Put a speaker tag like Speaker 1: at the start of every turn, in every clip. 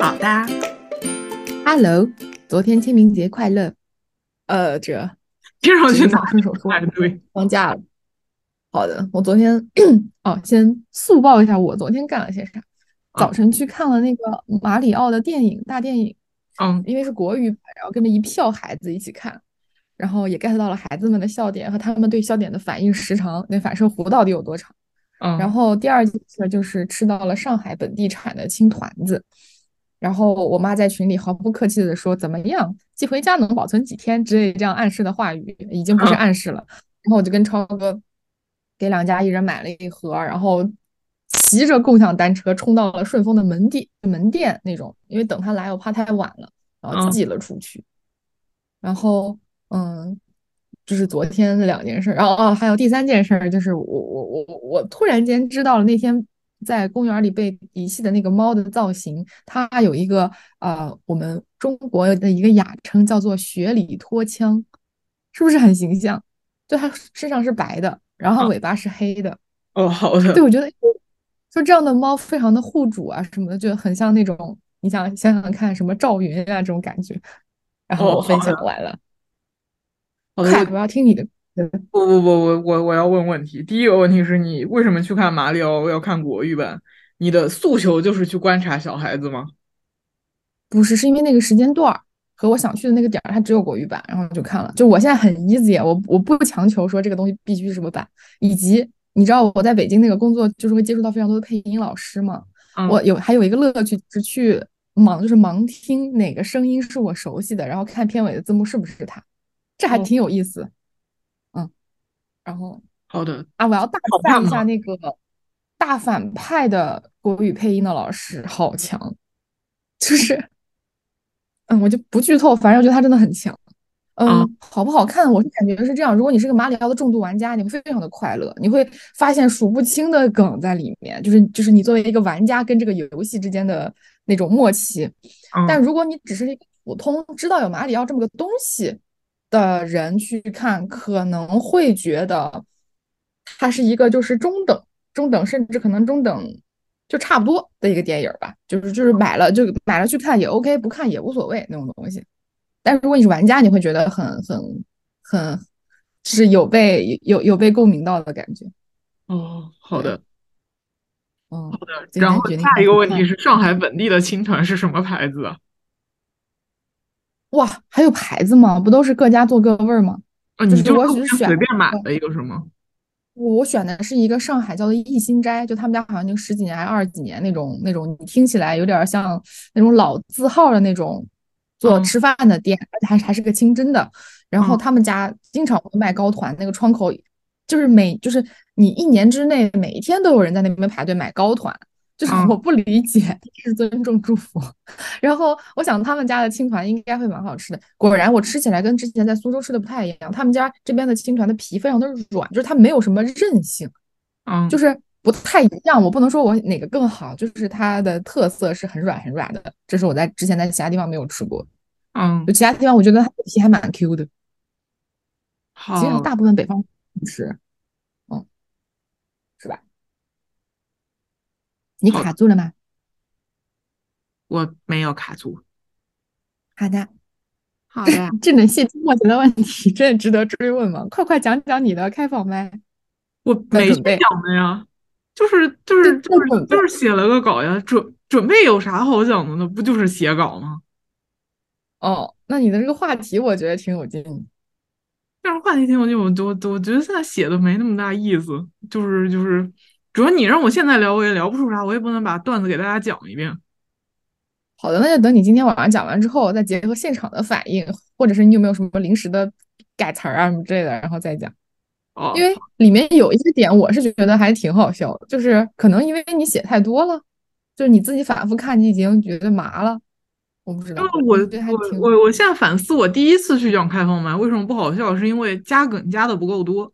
Speaker 1: 好的。
Speaker 2: Hello，昨天清明节快乐。呃，这
Speaker 1: 听上去
Speaker 2: 只
Speaker 1: 哪
Speaker 2: 想顺手说
Speaker 1: 哪对？
Speaker 2: 放假了。好的，我昨天 哦，先速报一下我昨天干了些啥。
Speaker 1: 啊
Speaker 2: 早晨去看了那个马里奥的电影大电影，
Speaker 1: 嗯，
Speaker 2: 因为是国语版，然后跟着一票孩子一起看，然后也 get 到了孩子们的笑点和他们对笑点的反应时长，那反射弧到底有多长。
Speaker 1: 嗯，
Speaker 2: 然后第二件事就是吃到了上海本地产的青团子，然后我妈在群里毫不客气的说怎么样寄回家能保存几天之类这样暗示的话语，已经不是
Speaker 1: 嗯
Speaker 2: 暗示了。然后我就跟超哥给两家一人买了一盒，然后骑着共享单车冲到了顺丰的门店门店那种，因为等他来我怕太晚了，然后
Speaker 1: 嗯
Speaker 2: 寄了出去。然后嗯，这是昨天的两件事儿，然后哦，还有第三件事儿，就是我我我我我突然间知道了那天在公园里被遗弃的那个猫的造型，它有一个呃，我们中国的一个雅称叫做雪里脱缰，是不是很形象？就它身上是白的，然后
Speaker 1: 啊
Speaker 2: 尾巴是黑的，
Speaker 1: 哦，好的
Speaker 2: 对，，我觉得说这样的猫非常的护主啊什么的，就很像那种你想想想看什么赵云啊这种感觉。然后
Speaker 1: 哦
Speaker 2: 我分
Speaker 1: 好
Speaker 2: 享完了，
Speaker 1: 好的。
Speaker 2: 快，
Speaker 1: 我
Speaker 2: 我要听你的。
Speaker 1: 不不不，我我我要问问题。第一个问题是你为什么去看马里奥要看国语版？你的诉求就是去观察小孩子吗？
Speaker 2: 不是，是因为那个时间段儿和我想去的那个点儿，它只有国语版，然后就看了。就我现在很 easy，我啊我不强求说这个东西必须是什么版，以及你知道我在北京那个工作，就是会接触到非常多的配音老师嘛。
Speaker 1: 嗯，
Speaker 2: 我有还有一个乐趣是去盲，就是盲听哪个声音是我熟悉的，然后看片尾的字幕是不是它，这还
Speaker 1: 哦
Speaker 2: 挺有意思。嗯，然后
Speaker 1: 好的，
Speaker 2: 啊，我要大
Speaker 1: 好
Speaker 2: 赞
Speaker 1: 看
Speaker 2: 一下
Speaker 1: 吗？
Speaker 2: 那个大反派的国语配音的老师，好强！就是，嗯，我就不剧透，反正我觉得他真的很强。
Speaker 1: 啊
Speaker 2: 嗯，好不好看，我是感觉是这样。如果你是个马里奥的重度玩家，你会非常的快乐，你会发现数不清的梗在里面，就是就是你作为一个玩家跟这个游戏之间的那种默契。但
Speaker 1: 嗯，
Speaker 2: 如果你只是一个普通知道有马里奥这么个东西的人去看，可能会觉得它是一个就是中等、中等，甚至可能中等就差不多的一个电影儿吧。就是就是买了就买了去看也 OK，不看也无所谓那种东西。但如果你是玩家，你会觉得很很很，就是有被有有被共鸣到的感觉。
Speaker 1: 哦，好
Speaker 2: 对，
Speaker 1: 的，
Speaker 2: 嗯，
Speaker 1: 好的。
Speaker 2: 今
Speaker 1: 然
Speaker 2: 天
Speaker 1: 后
Speaker 2: 决定
Speaker 1: 下
Speaker 2: 还
Speaker 1: 一
Speaker 2: 是
Speaker 1: 个问
Speaker 2: 看
Speaker 1: 题是，上海本地的青团是什么牌子啊？
Speaker 2: 哇，还有牌子吗？不都是各家做各味儿吗？
Speaker 1: 啊，
Speaker 2: 就
Speaker 1: 你
Speaker 2: 是
Speaker 1: 就是
Speaker 2: 我
Speaker 1: 路
Speaker 2: 只
Speaker 1: 边
Speaker 2: 选嗯
Speaker 1: 随
Speaker 2: 了
Speaker 1: 便
Speaker 2: 一
Speaker 1: 买
Speaker 2: 个。
Speaker 1: 的一个是吗？
Speaker 2: 我我选的是一个上海叫做逸心斋，就他们家好像就十几年还是二十几年那种那种，你听起来有点儿像那种老字号的那种做
Speaker 1: 嗯
Speaker 2: 吃饭的店，而且还是还是个清真的。然后
Speaker 1: 嗯
Speaker 2: 他们家经常会卖糕团，那个窗口就是每就是你一年之内每一天都有人在那边排队买糕团，就是
Speaker 1: 嗯
Speaker 2: 我不理解， 但是尊重祝福。 然后我想他们家的青团应该会蛮好吃的。果然，我吃起来跟之前在苏州吃的不太一样。他们家这边的青团的皮非常的软，就是它没有什么韧性，
Speaker 1: 嗯
Speaker 2: 就是不太一样。我不能说我哪个更好，就是它的特色是很软很软的。这是我在之前在其他地方没有吃过，就
Speaker 1: 嗯，
Speaker 2: 其他地方我觉得它的皮还蛮 Q 的。其实
Speaker 1: 好。
Speaker 2: 大部分北方不吃，嗯，是吧？你
Speaker 1: 好的
Speaker 2: 卡住了吗？
Speaker 1: 我没有卡住。
Speaker 2: 好的，
Speaker 1: 好的，
Speaker 2: 这种细枝末节的问题真的值得追问吗？快快讲讲你的开放麦。
Speaker 1: 我
Speaker 2: 的
Speaker 1: 没
Speaker 2: 准
Speaker 1: 去
Speaker 2: 备
Speaker 1: 讲的呀，就是就
Speaker 2: 对
Speaker 1: 是就
Speaker 2: 在
Speaker 1: 是
Speaker 2: 准备
Speaker 1: 就是写了个稿呀，准准备有啥好讲的呢？不就是写稿吗？
Speaker 2: 哦，那你的这个话题我觉得挺有劲。
Speaker 1: 但是话题挺有趣，我我我觉得现在写的没那么大意思，就是就是，主要你让我现在聊，我也聊不出啥，我也不能把段子给大家讲一遍。
Speaker 2: 好的，那就等你今天晚上讲完之后，再结合现场的反应，或者是你有没有什么临时的改词儿啊什么之类的，然后再讲。因
Speaker 1: 哦，
Speaker 2: 为里面有一些点，我是觉得还挺好笑的，就是可能因为你写太多了，就是你自己反复看，你已经觉得麻了。我不知
Speaker 1: 因
Speaker 2: 道，
Speaker 1: 为
Speaker 2: 我
Speaker 1: 哦我
Speaker 2: 觉得还
Speaker 1: 我
Speaker 2: 挺
Speaker 1: 我我现在反思，我第一次去讲开放麦为什么不好笑，是因为加梗加的不够多，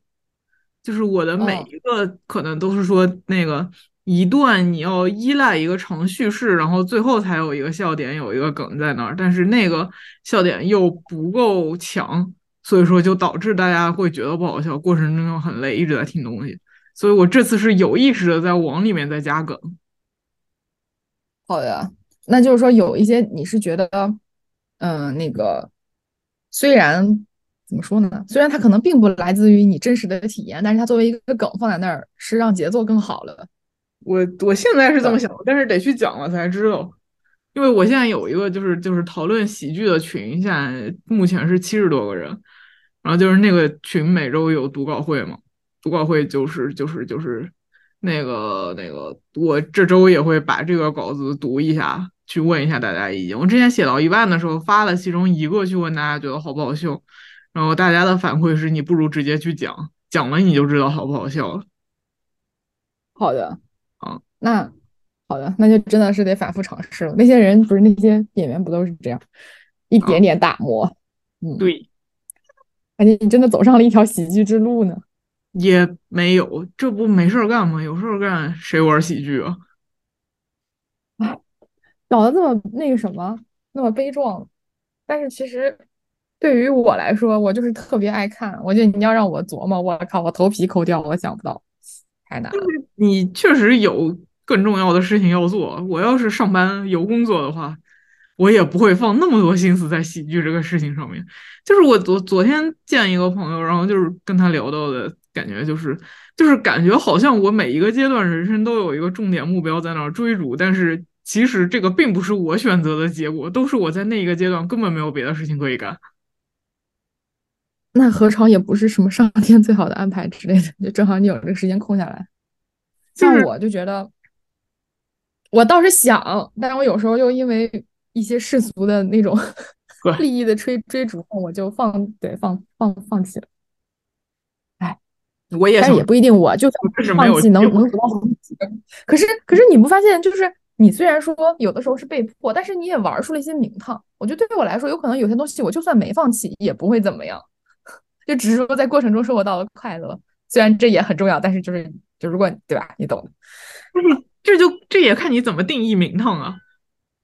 Speaker 1: 就是我的每
Speaker 2: 嗯
Speaker 1: 一个可能都是说那个一段你要依赖一个长叙事，然后最后才有一个笑点，有一个梗在那儿，但是那个笑点又不够强，所以说就导致大家会觉得不好笑，过程中又很累，一直在听东西，所以我这次是有意识的在往里面再加梗。
Speaker 2: 好的。那就是说有一些你是觉得，嗯、那个虽然怎么说呢，虽然它可能并不来自于你真实的体验，但是它作为一个梗放在那儿，是让节奏更好了。
Speaker 1: 我我现在是这么想的，但是得去讲了才知道，因为我现在有一个就是就是讨论喜剧的群，现在目前是七十多个人，然后就是那个群每周有读稿会嘛，读稿会就是就是就是那个那个，我这周也会把这个稿子读一下，去问一下大家意见。我之前写到一半的时候发了其中一个去问大家觉得好不好笑，然后大家的反馈是你不如直接去讲，讲了你就知道好不好笑了。
Speaker 2: 好的，
Speaker 1: 好，
Speaker 2: 那好的，那就真的是得反复尝试了。那些人不是那些演员，不都是这样，一点点打磨，嗯，，
Speaker 1: 对。
Speaker 2: 而且你真的走上了一条喜剧之路呢。
Speaker 1: 也没有，这不没事儿干吗？有事儿干，谁玩喜剧啊？
Speaker 2: 搞得这么那个什么，那么悲壮。但是其实对于我来说，我就是特别爱看。我觉得你要让我琢磨，我靠，我头皮抠掉，我想不到，太难了。
Speaker 1: 你确实有更重要的事情要做。我要是上班有工作的话，我也不会放那么多心思在喜剧这个事情上面。就是我昨昨天见一个朋友，然后就是跟他聊到的感觉，就是就是感觉好像我每一个阶段人生都有一个重点目标在那儿追逐，但是其实这个并不是我选择的结果，都是我在那一个阶段根本没有别的事情可以干。
Speaker 2: 那何尝也不是什么上天最好的安排之类的？就正好你有这个时间空下来。
Speaker 1: 就
Speaker 2: 像
Speaker 1: 是
Speaker 2: 我就觉得，我倒是想，但我有时候又因为一些世俗的那种
Speaker 1: 对
Speaker 2: 利益的追追逐，我就放对放放放弃了。
Speaker 1: 我也
Speaker 2: 但
Speaker 1: 想
Speaker 2: 是也不一定我，就算
Speaker 1: 确实没有
Speaker 2: 放弃能
Speaker 1: 机会
Speaker 2: 能得到什么结果。可是可是你不发现，就是你虽然说有的时候是被迫，但是你也玩出了一些名堂。我觉得对于我来说，有可能有些东西我就算没放弃，也不会怎么样， 就只是说在过程中收获到了快乐。虽然这也很重要，但是就是就如果对吧，你懂的。
Speaker 1: 这就这也看你怎么定义名堂啊。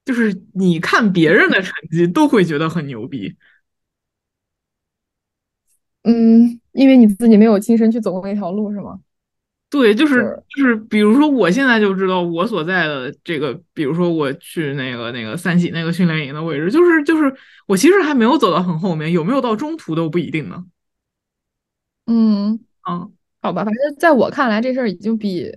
Speaker 1: 就是你看别人的成绩都会觉得很牛逼，
Speaker 2: 嗯，因为你自己没有亲身去走过那条路，是吗？
Speaker 1: 对，就是
Speaker 2: 是
Speaker 1: 就是，比如说我现在就知道我所在的这个，比如说我去那个那个三喜那个训练营的位置，就是就是，我其实还没有走到很后面，有没有到中途都不一定呢。
Speaker 2: 嗯，
Speaker 1: 嗯，
Speaker 2: 好吧，反正在我看来，这事儿已经比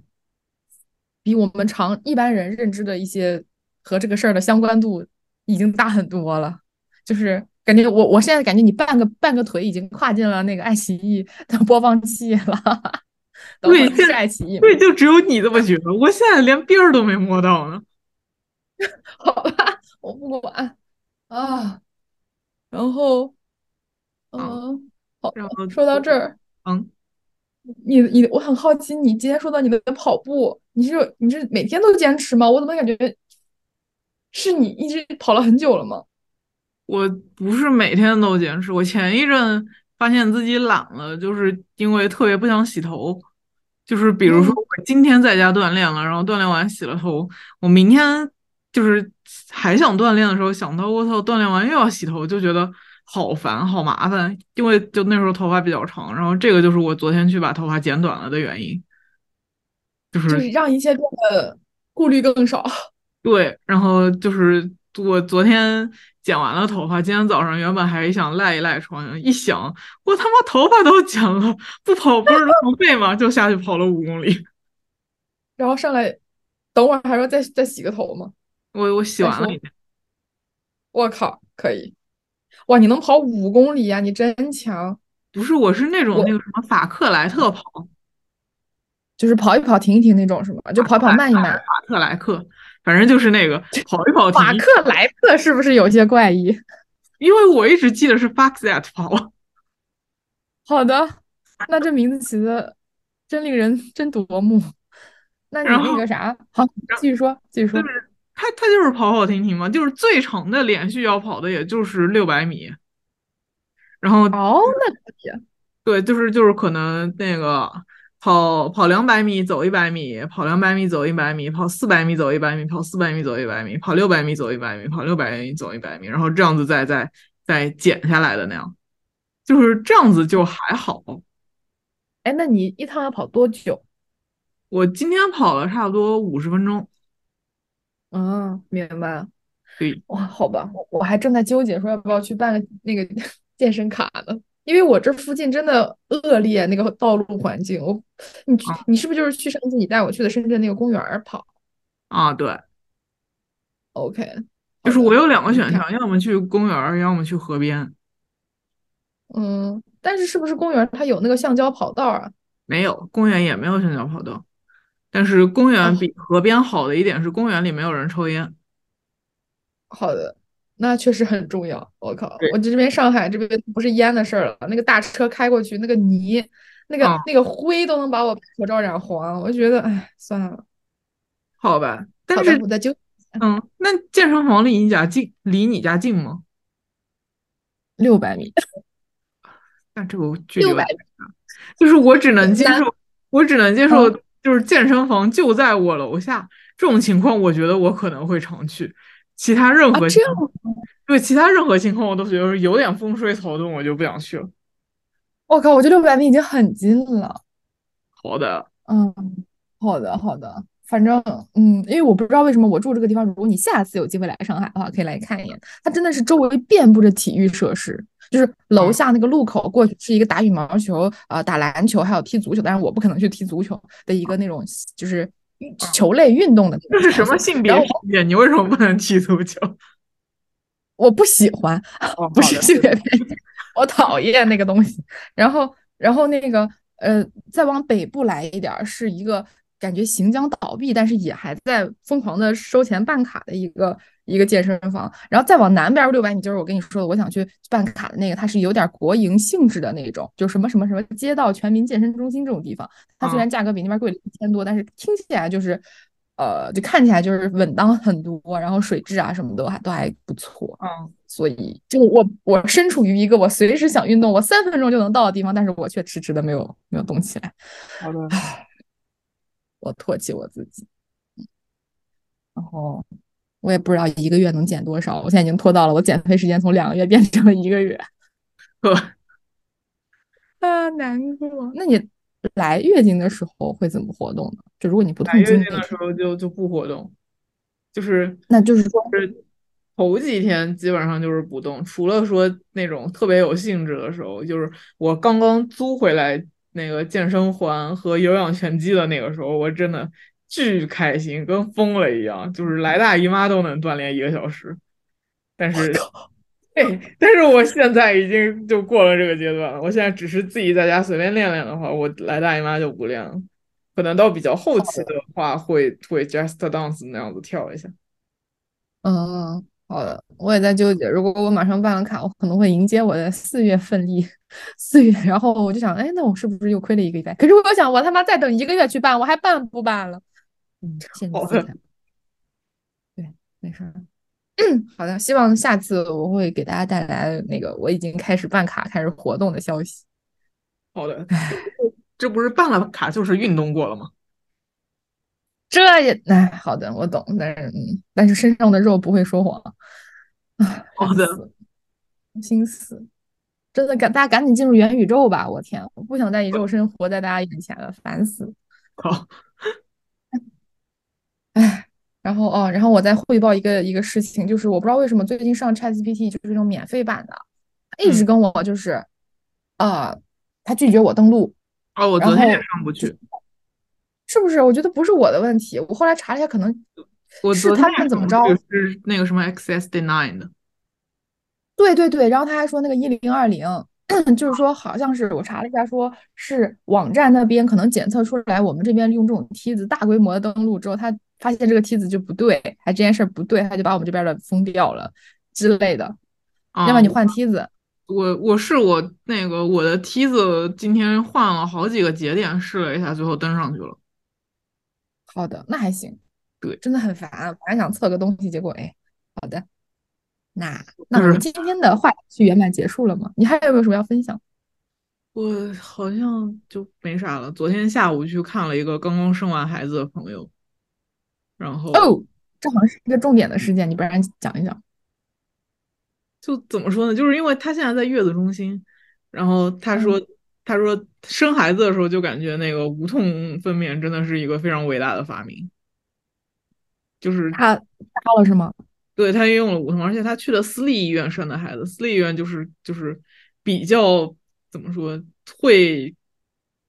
Speaker 2: 比我们常一般人认知的一些和这个事儿的相关度已经大很多了。就是感觉我我现在感觉你半个半个腿已经跨进了那个爱奇艺的播放器了。等会
Speaker 1: 对
Speaker 2: 儿
Speaker 1: 现
Speaker 2: 是
Speaker 1: 在
Speaker 2: 爱奇艺吗？
Speaker 1: 对，就只有你这么觉得，我现在连边儿都没摸到呢。
Speaker 2: 好吧，我不管啊。然后，
Speaker 1: 好
Speaker 2: 嗯、好，
Speaker 1: 然后
Speaker 2: 说到这儿。
Speaker 1: 嗯，
Speaker 2: 你你，我很好奇，你今天说到你的跑步，你是你是每天都坚持吗？我怎么感觉是你一直跑了很久了吗？
Speaker 1: 我不是每天都坚持，我前一阵发现自己懒了，就是因为特别不想洗头。就是比如说，
Speaker 2: 嗯，
Speaker 1: 我今天在家锻炼了，然后锻炼完洗了头，我明天就是还想锻炼的时候，想到我操，锻炼完又要洗头，就觉得好烦好麻烦。因为就那时候头发比较长，然后这个就是我昨天去把头发剪短了的原因，就
Speaker 2: 就是是让一切变得顾虑更少。
Speaker 1: 对，然后就是我昨天剪完了头发，今天早上原本还想赖一赖床，一想我他妈头发都剪了，不跑不是浪费吗？就下去跑了五公里。
Speaker 2: 然后上来，等会儿还说再再洗个头吗？
Speaker 1: 我我洗
Speaker 2: 再
Speaker 1: 完了已
Speaker 2: 说，
Speaker 1: 经，
Speaker 2: 我靠，可以！哇，你能跑五公里呀、啊你真强！
Speaker 1: 不是我是那种
Speaker 2: 我
Speaker 1: 那个什么法克莱特跑，
Speaker 2: 就是跑一跑停一停那种是吗？就
Speaker 1: 法克
Speaker 2: 跑一跑
Speaker 1: 莱
Speaker 2: 慢一慢。
Speaker 1: 法克莱克，反正就是那个跑一 跑停
Speaker 2: 法
Speaker 1: 一，
Speaker 2: 克莱特是不是有些怪异？
Speaker 1: 因为我一直记得是 fuck that 跑。
Speaker 2: 好的，那这名字起的真令人真夺目。那你
Speaker 1: 然
Speaker 2: 那
Speaker 1: 后
Speaker 2: 个啥，好，
Speaker 1: 然后
Speaker 2: 继续说，继续
Speaker 1: 就
Speaker 2: 说。
Speaker 1: 是他他就是跑跑停停嘛，就是最长的连续要跑的也就是六百米，然后。
Speaker 2: 哦，那可以啊。
Speaker 1: 对，就是就是可能那个跑跑两百米走一百米，跑两百米走一百米，跑四百米走一百米，跑四百米走一百米，跑六百米走一百米，跑六百米走一百米，然后这样子再再再减下来的那样，就是这样子就还好。
Speaker 2: 哎，那你一趟要跑多久？
Speaker 1: 我今天跑了差不多五十分钟，
Speaker 2: 嗯，明白了。
Speaker 1: 对，
Speaker 2: 哇，好吧，我我还正在纠结说要不要去办个那个 健身卡呢，因为我这附近真的恶劣那个道路环境。我，你去你是不是就是去上次你带我去的深圳那个公园儿跑
Speaker 1: 啊，对，
Speaker 2: ？OK，好
Speaker 1: 就是我
Speaker 2: 的
Speaker 1: 有两个选
Speaker 2: 你看
Speaker 1: 项，要么去公园儿，要么去河边。
Speaker 2: 嗯，但是是不是公园儿它有那个橡胶跑道啊？
Speaker 1: 没有，公园也没有橡胶跑道，但是公园
Speaker 2: 哦，
Speaker 1: 比河边好的一点是公园里没有人抽烟。
Speaker 2: 好的，那确实很重要。我靠，
Speaker 1: 对，
Speaker 2: 我这边上海这边不是烟的事儿了，那个大车开过去，那个泥，那个
Speaker 1: 啊，
Speaker 2: 那个灰都能把我口罩染黄，我就觉得，哎，算了。
Speaker 1: 好吧，但
Speaker 2: 好吧，
Speaker 1: 是，
Speaker 2: 我再纠结一下。
Speaker 1: 嗯，那健身房离你家近，离你家近吗？
Speaker 2: 六百米，
Speaker 1: 那这个距离
Speaker 2: 六
Speaker 1: 有
Speaker 2: 百
Speaker 1: 点大，就是我只能接
Speaker 2: 南，
Speaker 1: 受，我只能接受，
Speaker 2: 嗯，
Speaker 1: 就是健身房就在我楼下这种情况，我觉得我可能会常去，其他任
Speaker 2: 啊，
Speaker 1: 何
Speaker 2: 这
Speaker 1: 情
Speaker 2: 样
Speaker 1: 况，对，其他任何情况我都觉得有点风吹草动，我就不想去了。
Speaker 2: 我靠，我这六百米已经很近了。
Speaker 1: 好的，
Speaker 2: 嗯，好的，好的，反正，嗯，因为我不知道为什么我住这个地方，如果你下次有机会来上海的话，可以来看一眼。它真的是周围遍布着体育设施，就是楼
Speaker 1: 嗯，
Speaker 2: 下那个路口过去是一个打羽毛球、呃打篮球，还有踢足球，但是我不可能去踢足球的一个那种就是运球类运动的那
Speaker 1: 哦这
Speaker 2: 种
Speaker 1: 是什
Speaker 2: 场
Speaker 1: 么
Speaker 2: 所。
Speaker 1: 性
Speaker 2: 然
Speaker 1: 别
Speaker 2: 后
Speaker 1: 偏见？你为什么不能踢足球？
Speaker 2: 我不喜欢，
Speaker 1: 哦，
Speaker 2: 不
Speaker 1: 好
Speaker 2: 是
Speaker 1: 的，
Speaker 2: 性别偏见，我讨厌那个东西。然后，然后那个呃，再往北部来一点儿，是一个感觉行将倒闭，但是也还在疯狂的收钱办卡的一个一个健身房。然后再往南边六百米，就是我跟你说的，我想去办卡的那个，它是有点儿国营性质的那种，就什么什么什么街道全民健身中心这种地方。它虽
Speaker 1: 嗯，
Speaker 2: 然价格比那边贵了一千多，但是听起来就是。呃，就看起来就是稳当很多，然后水质啊什么的还都还不错。
Speaker 1: 嗯，
Speaker 2: 所以就我我身处于一个我随时想运动，我三分钟就能到的地方，但是我却迟迟的没有没有动起来，
Speaker 1: 好 的，
Speaker 2: 唉，我唾弃我自己。然后我也不知道一个月能减多少，我现在已经拖到了我减肥时间从两个月变成了一个月，
Speaker 1: 呵，
Speaker 2: 啊，难过。那你来月经的时候会怎么活动呢？就如果你不
Speaker 1: 来
Speaker 2: 痛
Speaker 1: 月
Speaker 2: 经
Speaker 1: 经
Speaker 2: 那
Speaker 1: 的
Speaker 2: 天，
Speaker 1: 时候就就不活动。就是
Speaker 2: 那就是说，
Speaker 1: 是头几天基本上就是不动，除了说那种特别有兴致的时候，就是我刚刚租回来那个健身环和有氧拳击的那个时候，我真的巨开心，跟疯了一样，就是来大姨妈都能锻炼一个小时。但
Speaker 2: 我
Speaker 1: 是，
Speaker 2: 靠，
Speaker 1: 对，但是我现在已经就过了这个阶段了，我现在只是自己在家随便练练的话，我来大姨妈就不练了。可能到比较后
Speaker 2: 好
Speaker 1: 期的
Speaker 2: 的，
Speaker 1: 话会，会 just dance 那样子跳一下。
Speaker 2: 嗯，好的，我也在纠结，如果我马上办了卡，我可能会迎接我的四月奋力，四月，然后我就想，哎，那我是不是又亏了一个礼拜？可是我又想，我他妈再等一个月去办，我还办不办了？嗯，陷入
Speaker 1: 好
Speaker 2: 自
Speaker 1: 的，
Speaker 2: 残，对，没事儿。 好的，希望下次我会给大家带来那个我已经开始办卡、开始活动的消息。
Speaker 1: 好的，这
Speaker 2: 唉，
Speaker 1: 这不是办了卡就是运动过了吗？
Speaker 2: 这也，唉，好的，我懂，但是，嗯，但是身上的肉不会说谎，唉，
Speaker 1: 好
Speaker 2: 烦
Speaker 1: 的，
Speaker 2: 死了，心死。真的赶大家赶紧进入元宇宙吧！我天，我不想再以肉身活在大家眼前了，烦死了！
Speaker 1: 好，
Speaker 2: 唉，然后哦，然后我再汇报一个一个事情，就是我不知道为什么最近上 ChatGPT 就是那种免费版的，它一直
Speaker 1: 嗯，
Speaker 2: 跟我就是啊、他拒绝我登录，
Speaker 1: 哦，我
Speaker 2: 然
Speaker 1: 昨天也
Speaker 2: 后
Speaker 1: 上不去，
Speaker 2: 是不是？我觉得不是我的问题，我后来查了一下，可能
Speaker 1: 我
Speaker 2: 是
Speaker 1: 昨天
Speaker 2: 他
Speaker 1: 也
Speaker 2: 们怎
Speaker 1: 上
Speaker 2: 么
Speaker 1: 不去，
Speaker 2: 着。
Speaker 1: 是那个什么 XS Deny 的。
Speaker 2: 对对对，然后他还说那个一零二零，就是说好像是我查了一下，说是网站那边可能检测出来，我们这边用这种梯子大规模的登录之后，他发现这个梯子就不对，还这件事儿不对，他就把我们这边儿的封掉了之类的，要不
Speaker 1: 啊，
Speaker 2: 然你
Speaker 1: 我
Speaker 2: 换梯子。
Speaker 1: 我我是我那个我的梯子今天换了好几个节点试了一下，最后登上去了。
Speaker 2: 好的，那还行，
Speaker 1: 对，
Speaker 2: 真的很烦，本来想测个东西，结果哎，好的，那那
Speaker 1: 就
Speaker 2: 我们
Speaker 1: 是
Speaker 2: 今天的话题圆满结束了吗？你还有没有什么要分享？
Speaker 1: 我好像就没啥了。昨天下午去看了一个刚刚生完孩子的朋友，然后
Speaker 2: 哦，这好像是一个重点的事件，你不然讲一讲。
Speaker 1: 就怎么说呢？就是因为她现在在月子中心，然后她说，
Speaker 2: 嗯，
Speaker 1: 她说生孩子的时候就感觉那个无痛分娩真的是一个非常伟大的发明，就是
Speaker 2: 他达到了是吗？
Speaker 1: 对他也用了无痛，而且他去了私立医院生的孩子，私立医院就是就是比较怎么说会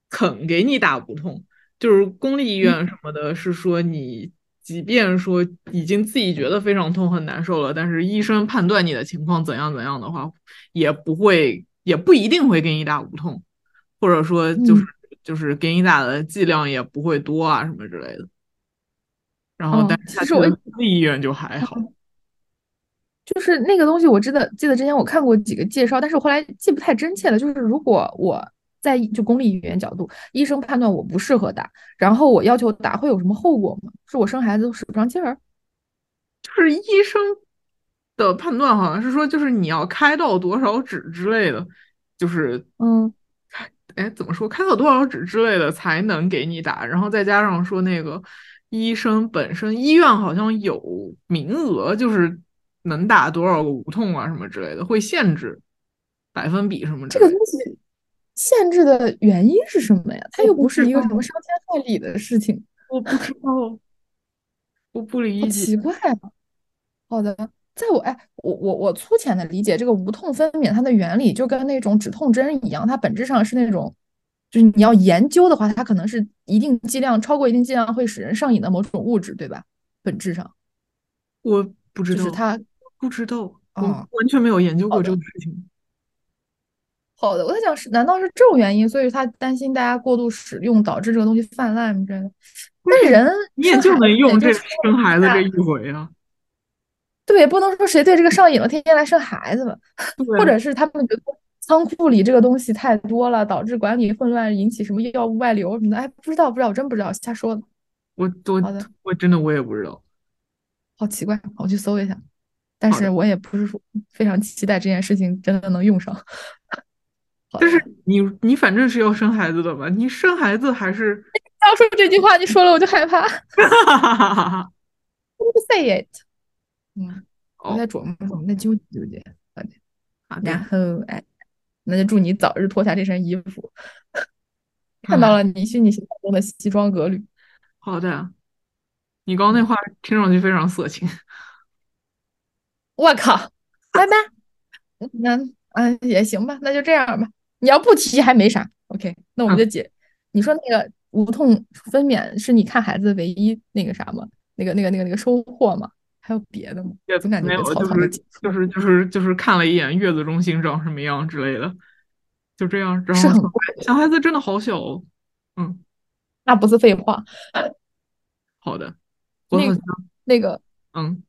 Speaker 1: 肯给你打无痛，就是公
Speaker 2: 嗯
Speaker 1: 立医院什么的，是说你即便说已经自己觉得非常痛很难受了，但是医生判断你的情况怎样怎样的话，也不会也不一定会给你打无痛，或者说就是、
Speaker 2: 嗯
Speaker 1: 就是给你打的剂量也不会多啊什么之类的。然后
Speaker 2: 嗯，
Speaker 1: 但是
Speaker 2: 其
Speaker 1: 他
Speaker 2: 实
Speaker 1: 去
Speaker 2: 我
Speaker 1: 了
Speaker 2: 一
Speaker 1: 私立医院就还好。
Speaker 2: 就是那个东西，我真的记得之前我看过几个介绍，但是我后来记不太真切了。就是如果我在就公立医院角度，医生判断我不适合打，然后我要求打，会有什么后果吗？是我生孩子使不上劲儿？
Speaker 1: 就是医生的判断好像是说，就是你要开到多少指之类的，就是
Speaker 2: 嗯，
Speaker 1: 开，哎，怎么说，开到多少指之类的才能给你打，然后再加上说那个医生本身医院好像有名额，就是能打多少个无痛啊什么之类的，会限制百分比什么之
Speaker 2: 这
Speaker 1: 类
Speaker 2: 个
Speaker 1: 的。
Speaker 2: 东西限制的原因是什么呀？它
Speaker 1: 我
Speaker 2: 又
Speaker 1: 不
Speaker 2: 不是
Speaker 1: 知
Speaker 2: 一
Speaker 1: 道
Speaker 2: 个什么伤天害理的事情，
Speaker 1: 我不知道，我不
Speaker 2: 好
Speaker 1: 理解。
Speaker 2: 奇怪啊。好的，在我哎，我我我粗浅的理解，这个无痛分娩它的原理就跟那种止痛针一样，它本质上是那种，就是你要研究的话，它可能是一定剂量超过一定剂量会使人上瘾的某种物质，对吧？本质上
Speaker 1: 我不知
Speaker 2: 就是
Speaker 1: 道，
Speaker 2: 它
Speaker 1: 不知道，我
Speaker 2: 啊，
Speaker 1: 完全没有研究
Speaker 2: 好
Speaker 1: 过
Speaker 2: 的
Speaker 1: 这个事情。
Speaker 2: 好的，我在想是难道是这种原因，所以他担心大家过度使用导致这个东西泛滥之类的。
Speaker 1: 但
Speaker 2: 但
Speaker 1: 是
Speaker 2: 人
Speaker 1: 你也
Speaker 2: 生
Speaker 1: 就
Speaker 2: 孩
Speaker 1: 能
Speaker 2: 子也
Speaker 1: 用
Speaker 2: 就
Speaker 1: 这
Speaker 2: 生
Speaker 1: 生孩子
Speaker 2: 下
Speaker 1: 这一回啊。
Speaker 2: 对，不能说谁对这个上瘾了，天天来生孩子吧，
Speaker 1: 对
Speaker 2: 或者是他们觉得仓库里这个东西太多了，导致管理混乱，引起什么药物外流什么的，哎，不知道，不知道，我真不知道，瞎说的。
Speaker 1: 我我
Speaker 2: 好的，
Speaker 1: 我真的我也不知道。
Speaker 2: 好奇怪，我去搜一下。但
Speaker 1: 好的
Speaker 2: 是我也不是说非常期待这件事情真的能用上。好
Speaker 1: 但
Speaker 2: 的，
Speaker 1: 是你你反正是要生孩子的嘛，你生孩子还是，
Speaker 2: 要说这句话，你说了我就害怕。Don't say it。嗯，我在
Speaker 1: 哦，
Speaker 2: 琢磨琢磨，在纠结纠结。好的，
Speaker 1: 好
Speaker 2: 然
Speaker 1: 的，
Speaker 2: 后哎，那就祝你早日脱下这身衣服， 看
Speaker 1: 看
Speaker 2: 到
Speaker 1: 来
Speaker 2: 了你虚拟形象中的西装革履。
Speaker 1: 好的。啊你刚刚那话听上去非常色情，
Speaker 2: 我靠，拜拜。那嗯也行吧，那就这样吧。你要不提还没啥，OK，那我
Speaker 1: 嗯
Speaker 2: 们就解。你说那个无痛分娩是你看孩子的唯一那个啥吗？那个那个那个那个收获吗？还有别的吗？
Speaker 1: 也
Speaker 2: 总感觉
Speaker 1: 没
Speaker 2: 被
Speaker 1: 有，
Speaker 2: 草
Speaker 1: 就
Speaker 2: 草的
Speaker 1: 是
Speaker 2: 结束
Speaker 1: 就
Speaker 2: 了，
Speaker 1: 是就是就是看了一眼月子中心长什么样之类的，就这样。然
Speaker 2: 是
Speaker 1: 后小
Speaker 2: 很贵，
Speaker 1: 孩小孩子真的好小哦，嗯，
Speaker 2: 那不是废话。
Speaker 1: 好的，我
Speaker 2: 那
Speaker 1: 好
Speaker 2: 个
Speaker 1: 像
Speaker 2: 那个，
Speaker 1: 嗯，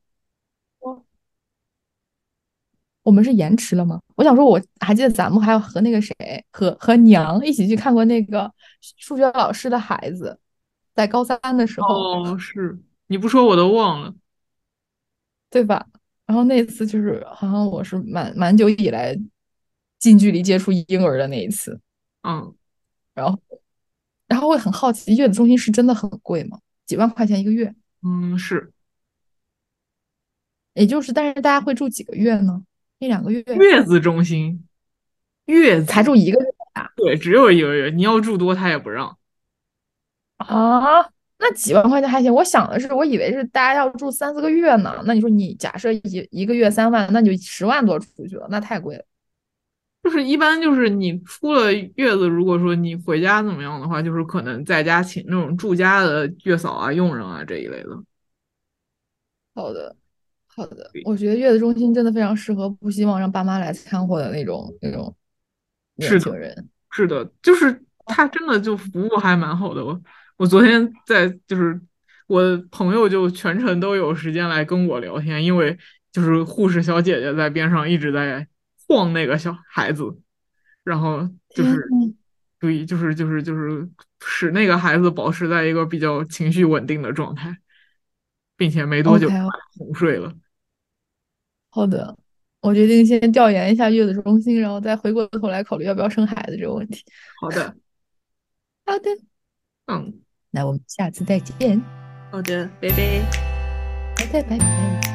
Speaker 2: 我们是延迟了吗？我想说，我还记得咱们还有和那个谁，和和娘一起去看过那个数学老师的孩子，在高三的时候。
Speaker 1: 哦，是你不说我都忘了。
Speaker 2: 对吧？然后那次就是好像我是蛮蛮久以来近距离接触婴儿的那一次，
Speaker 1: 嗯，
Speaker 2: 然后然后会很好奇，月子中心是真的很贵吗？几万块钱一个月，
Speaker 1: 嗯，是
Speaker 2: 也就是但是大家会住几个月呢？一两个月
Speaker 1: 月子中心，月
Speaker 2: 才
Speaker 1: 子，
Speaker 2: 住一个月啊？
Speaker 1: 对，只有一个月，你要住多他也不让。
Speaker 2: 啊，那几万块钱还行。我想的是，我以为是大家要住三四个月呢。那你说你假设一一个月三万，那你就十万多出去了，那太贵了。
Speaker 1: 就是一般就是你出了月子，如果说你回家怎么样的话，就是可能在家请那种住家的月嫂啊、佣人啊这一类的。
Speaker 2: 好的，好的，
Speaker 1: 对
Speaker 2: 我觉得月子中心真的非常适合不希望让爸妈来掺和的那种那种年
Speaker 1: 是的，
Speaker 2: 轻人。
Speaker 1: 是的，就是他真的就服务还蛮好的。我我昨天在就是我朋友就全程都有时间来跟我聊天，因为就是护士小姐姐在边上一直在晃那个小孩子，然后就
Speaker 2: 天
Speaker 1: 是
Speaker 2: 呐，
Speaker 1: 对，就是就是就是使那个孩子保持在一个比较情绪稳定的状态，并且没多久
Speaker 2: OK，
Speaker 1: 就把他哄睡了。
Speaker 2: 好的，我决定先调研一下月子中心，然后再回过头来考虑要不要生孩子这个问题。
Speaker 1: 好的，
Speaker 2: 好的，
Speaker 1: 嗯，
Speaker 2: 那我们下次再见，
Speaker 1: 好的，拜拜。
Speaker 2: 好的，拜拜。